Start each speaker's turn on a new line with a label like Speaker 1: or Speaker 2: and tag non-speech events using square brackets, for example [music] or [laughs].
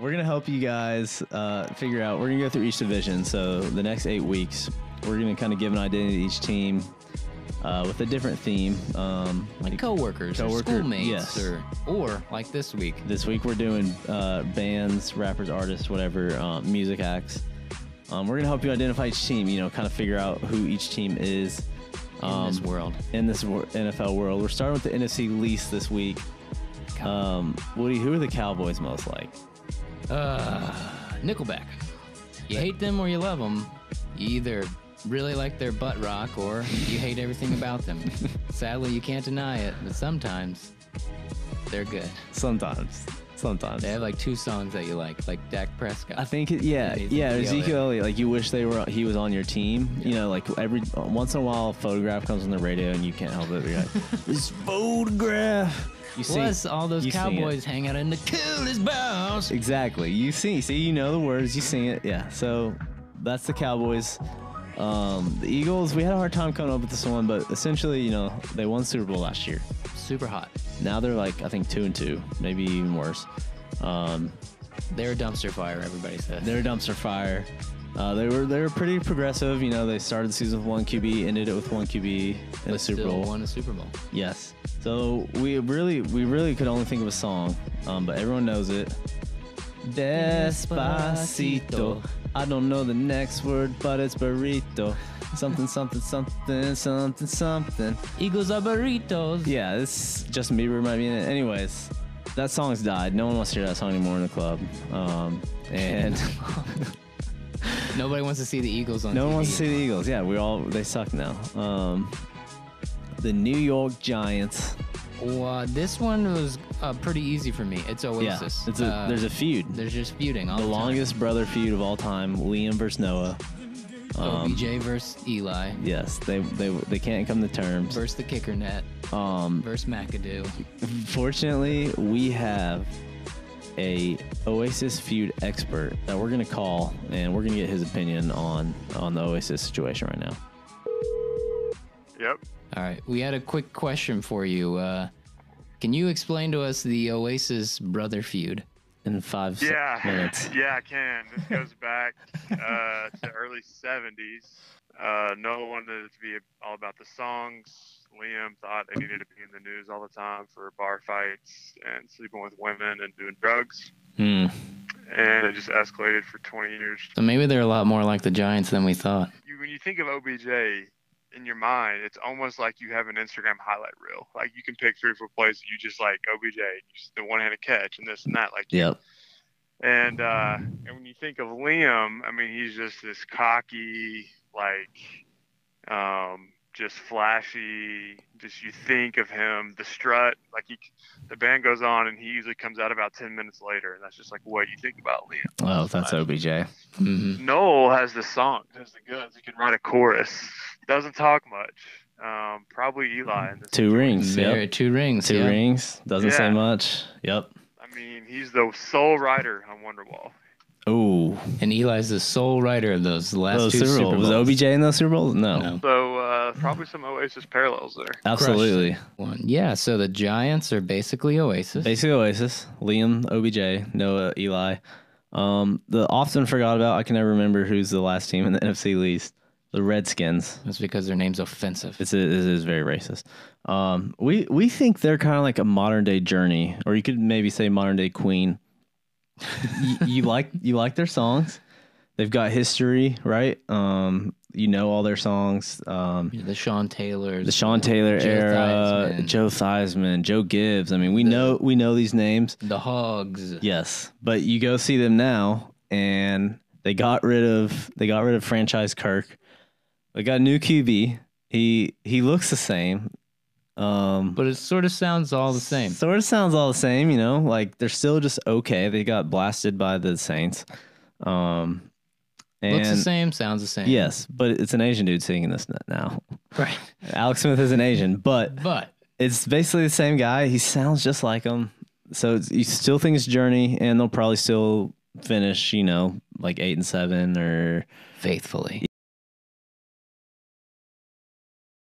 Speaker 1: We're gonna help you guys uh, figure out. We're gonna go through each division. So the next eight weeks, we're gonna kind of give an identity to each team uh, with a different theme. Um,
Speaker 2: Like coworkers,
Speaker 1: Coworker-
Speaker 2: or schoolmates,
Speaker 1: yes.
Speaker 2: or or like this week,
Speaker 1: This week we're doing uh, bands, rappers, artists, whatever, um, music acts. Um, we're gonna help you identify each team. You know, kind of figure out who each team is um,
Speaker 2: in this world.
Speaker 1: in this wor- NFL world. We're starting with the NFC least this week. Um, Woody, who are the Cowboys most like?
Speaker 2: Nickelback. You hate them or you love them. You either really like their butt rock or you hate everything about them. [laughs] Sadly, you can't deny it, but sometimes they're good.
Speaker 1: Sometimes, sometimes.
Speaker 2: They have like two songs that you like, like Dak Prescott.
Speaker 1: I think it, yeah,
Speaker 2: Amazing.
Speaker 1: yeah,
Speaker 2: Yeah,
Speaker 1: Ezekiel
Speaker 2: yeah.
Speaker 1: Elliott, Like you wish they were he was on your team. You know, like every once in a while, a photograph comes on the radio and you can't help it. You're [laughs] like, this photograph. You
Speaker 2: Plus, all those
Speaker 1: you sing it.
Speaker 2: cowboys hang out in the coolest bars.
Speaker 1: Exactly. You see, see, you know the words, you sing it. Yeah. So that's the Cowboys. Um, the Eagles, we had a hard time coming up with this one, but essentially, you know, they won Super Bowl last year.
Speaker 2: Super hot.
Speaker 1: Now they're like, I think two and two, maybe even worse. Um,
Speaker 2: They're a dumpster fire, everybody says.
Speaker 1: they're a dumpster fire. Uh, they were they were pretty progressive. You know, they started the season with one QB, ended it with one QB in the
Speaker 2: but
Speaker 1: Super
Speaker 2: still
Speaker 1: Bowl.
Speaker 2: won a Super Bowl.
Speaker 1: Yes. So we really we really could only think of a song, um, but everyone knows it. Despacito. I don't know the next word, but it's burrito. Something, something, something, something, something.
Speaker 2: Eagles are burritos.
Speaker 1: Yeah, this Justin Bieber might be in it. Anyways, that song's died. No one wants to hear that song anymore in the club. Um, and [laughs]
Speaker 2: Nobody wants to see the Eagles on
Speaker 1: no
Speaker 2: TV.
Speaker 1: one wants to see the Eagles. Yeah, we all they suck now. Um, the New York Giants.
Speaker 2: Well, this one was uh, pretty easy for me. It's
Speaker 1: Yeah,
Speaker 2: Oasis.
Speaker 1: it's a,
Speaker 2: Uh,
Speaker 1: there's a feud.
Speaker 2: There's just feuding all the,
Speaker 1: the
Speaker 2: time.
Speaker 1: longest brother feud of all time, Liam versus Noah. um,
Speaker 2: OBJ versus Eli
Speaker 1: Yes, they they they can't come to terms.
Speaker 2: versus the kicker net
Speaker 1: Um,
Speaker 2: versus McAdoo.
Speaker 1: fortunately, we have a Oasis feud expert that we're gonna call, and we're gonna get his opinion on on the Oasis situation right now.
Speaker 3: Yep.
Speaker 2: All right, we had a quick question for you. Uh, can you explain to us the Oasis brother feud?
Speaker 1: In five se-
Speaker 3: Yeah.
Speaker 1: minutes,
Speaker 3: [laughs] Yeah, I can. This goes back uh, to the early 70s. Uh, Noah wanted it to be all about the songs. Liam thought it needed to be in the news all the time for bar fights and sleeping with women and doing drugs.
Speaker 1: Hmm.
Speaker 3: And it just escalated for 20 years.
Speaker 2: So maybe they're a lot more like the Giants than we thought.
Speaker 3: You, when you think of OBJ in your mind, it's almost like you have an Instagram highlight reel. Like you can pick three or four plays that you just like OBJ, the one-handed catch, and this and that. Like
Speaker 1: yep,
Speaker 3: And uh, and when you think of Liam, I mean, he's just this cocky, like, um, just flashy. Just you think of him, the strut. Like he, the band goes on, and he usually comes out about ten minutes later, and that's just like what you think about Liam.
Speaker 1: oh that's OBJ.
Speaker 2: hmm
Speaker 3: Noel has the songs, has the guns. He can write a chorus. Doesn't talk much. Um, probably Eli. In this
Speaker 1: Two rings,
Speaker 2: Very
Speaker 1: yep.
Speaker 2: two rings.
Speaker 1: Two
Speaker 2: yeah.
Speaker 1: rings doesn't say
Speaker 3: Yeah.
Speaker 1: much. Yep.
Speaker 3: I mean, he's the sole writer on Wonderwall.
Speaker 1: Ooh,
Speaker 2: And Eli's the sole writer of those last
Speaker 1: those
Speaker 2: two
Speaker 1: Super
Speaker 2: Super
Speaker 1: Bowl
Speaker 2: Bowls.
Speaker 1: was OBJ in those Super Bowls? No,
Speaker 2: No.
Speaker 3: So uh, probably some Oasis parallels there.
Speaker 1: absolutely.
Speaker 2: One. Yeah. So the Giants are basically Oasis.
Speaker 1: Basically Oasis, Liam, OBJ, Noah, Eli. Um, the often forgot about. I can never remember who's the last team in the [laughs] NFC least. The Redskins.
Speaker 2: That's because their name's offensive.
Speaker 1: It's it is very racist. Um, we we think they're kind of like a modern day journey, or you could maybe say modern day Queen. you, [laughs] you like you like their songs. They've got history, right? Um, you know all their songs. Um,
Speaker 2: the Sean Taylors.
Speaker 1: the Sean Taylor
Speaker 2: Joe
Speaker 1: era,
Speaker 2: Theismann.
Speaker 1: Joe Theismann, Joe Gibbs. I mean, we know we know these names.
Speaker 2: The Hogs.
Speaker 1: Yes, but you go see them now, and they got rid of they got rid of franchise Kirk. They got a new QB. He he looks the same. Um,
Speaker 2: But it sort of sounds all the same.
Speaker 1: Sort of sounds all the same, you know. Like they're still just okay. They got blasted by the Saints. Um, and
Speaker 2: Looks the same, sounds the same.
Speaker 1: yes, but it's an Asian dude singing this n- now.
Speaker 2: Right.
Speaker 1: Alex Smith is an Asian, but
Speaker 2: But
Speaker 1: it's basically the same guy. He sounds just like him. So it's, you still think it's Journey, and they'll probably still finish, you know, like eight and seven or
Speaker 2: faithfully.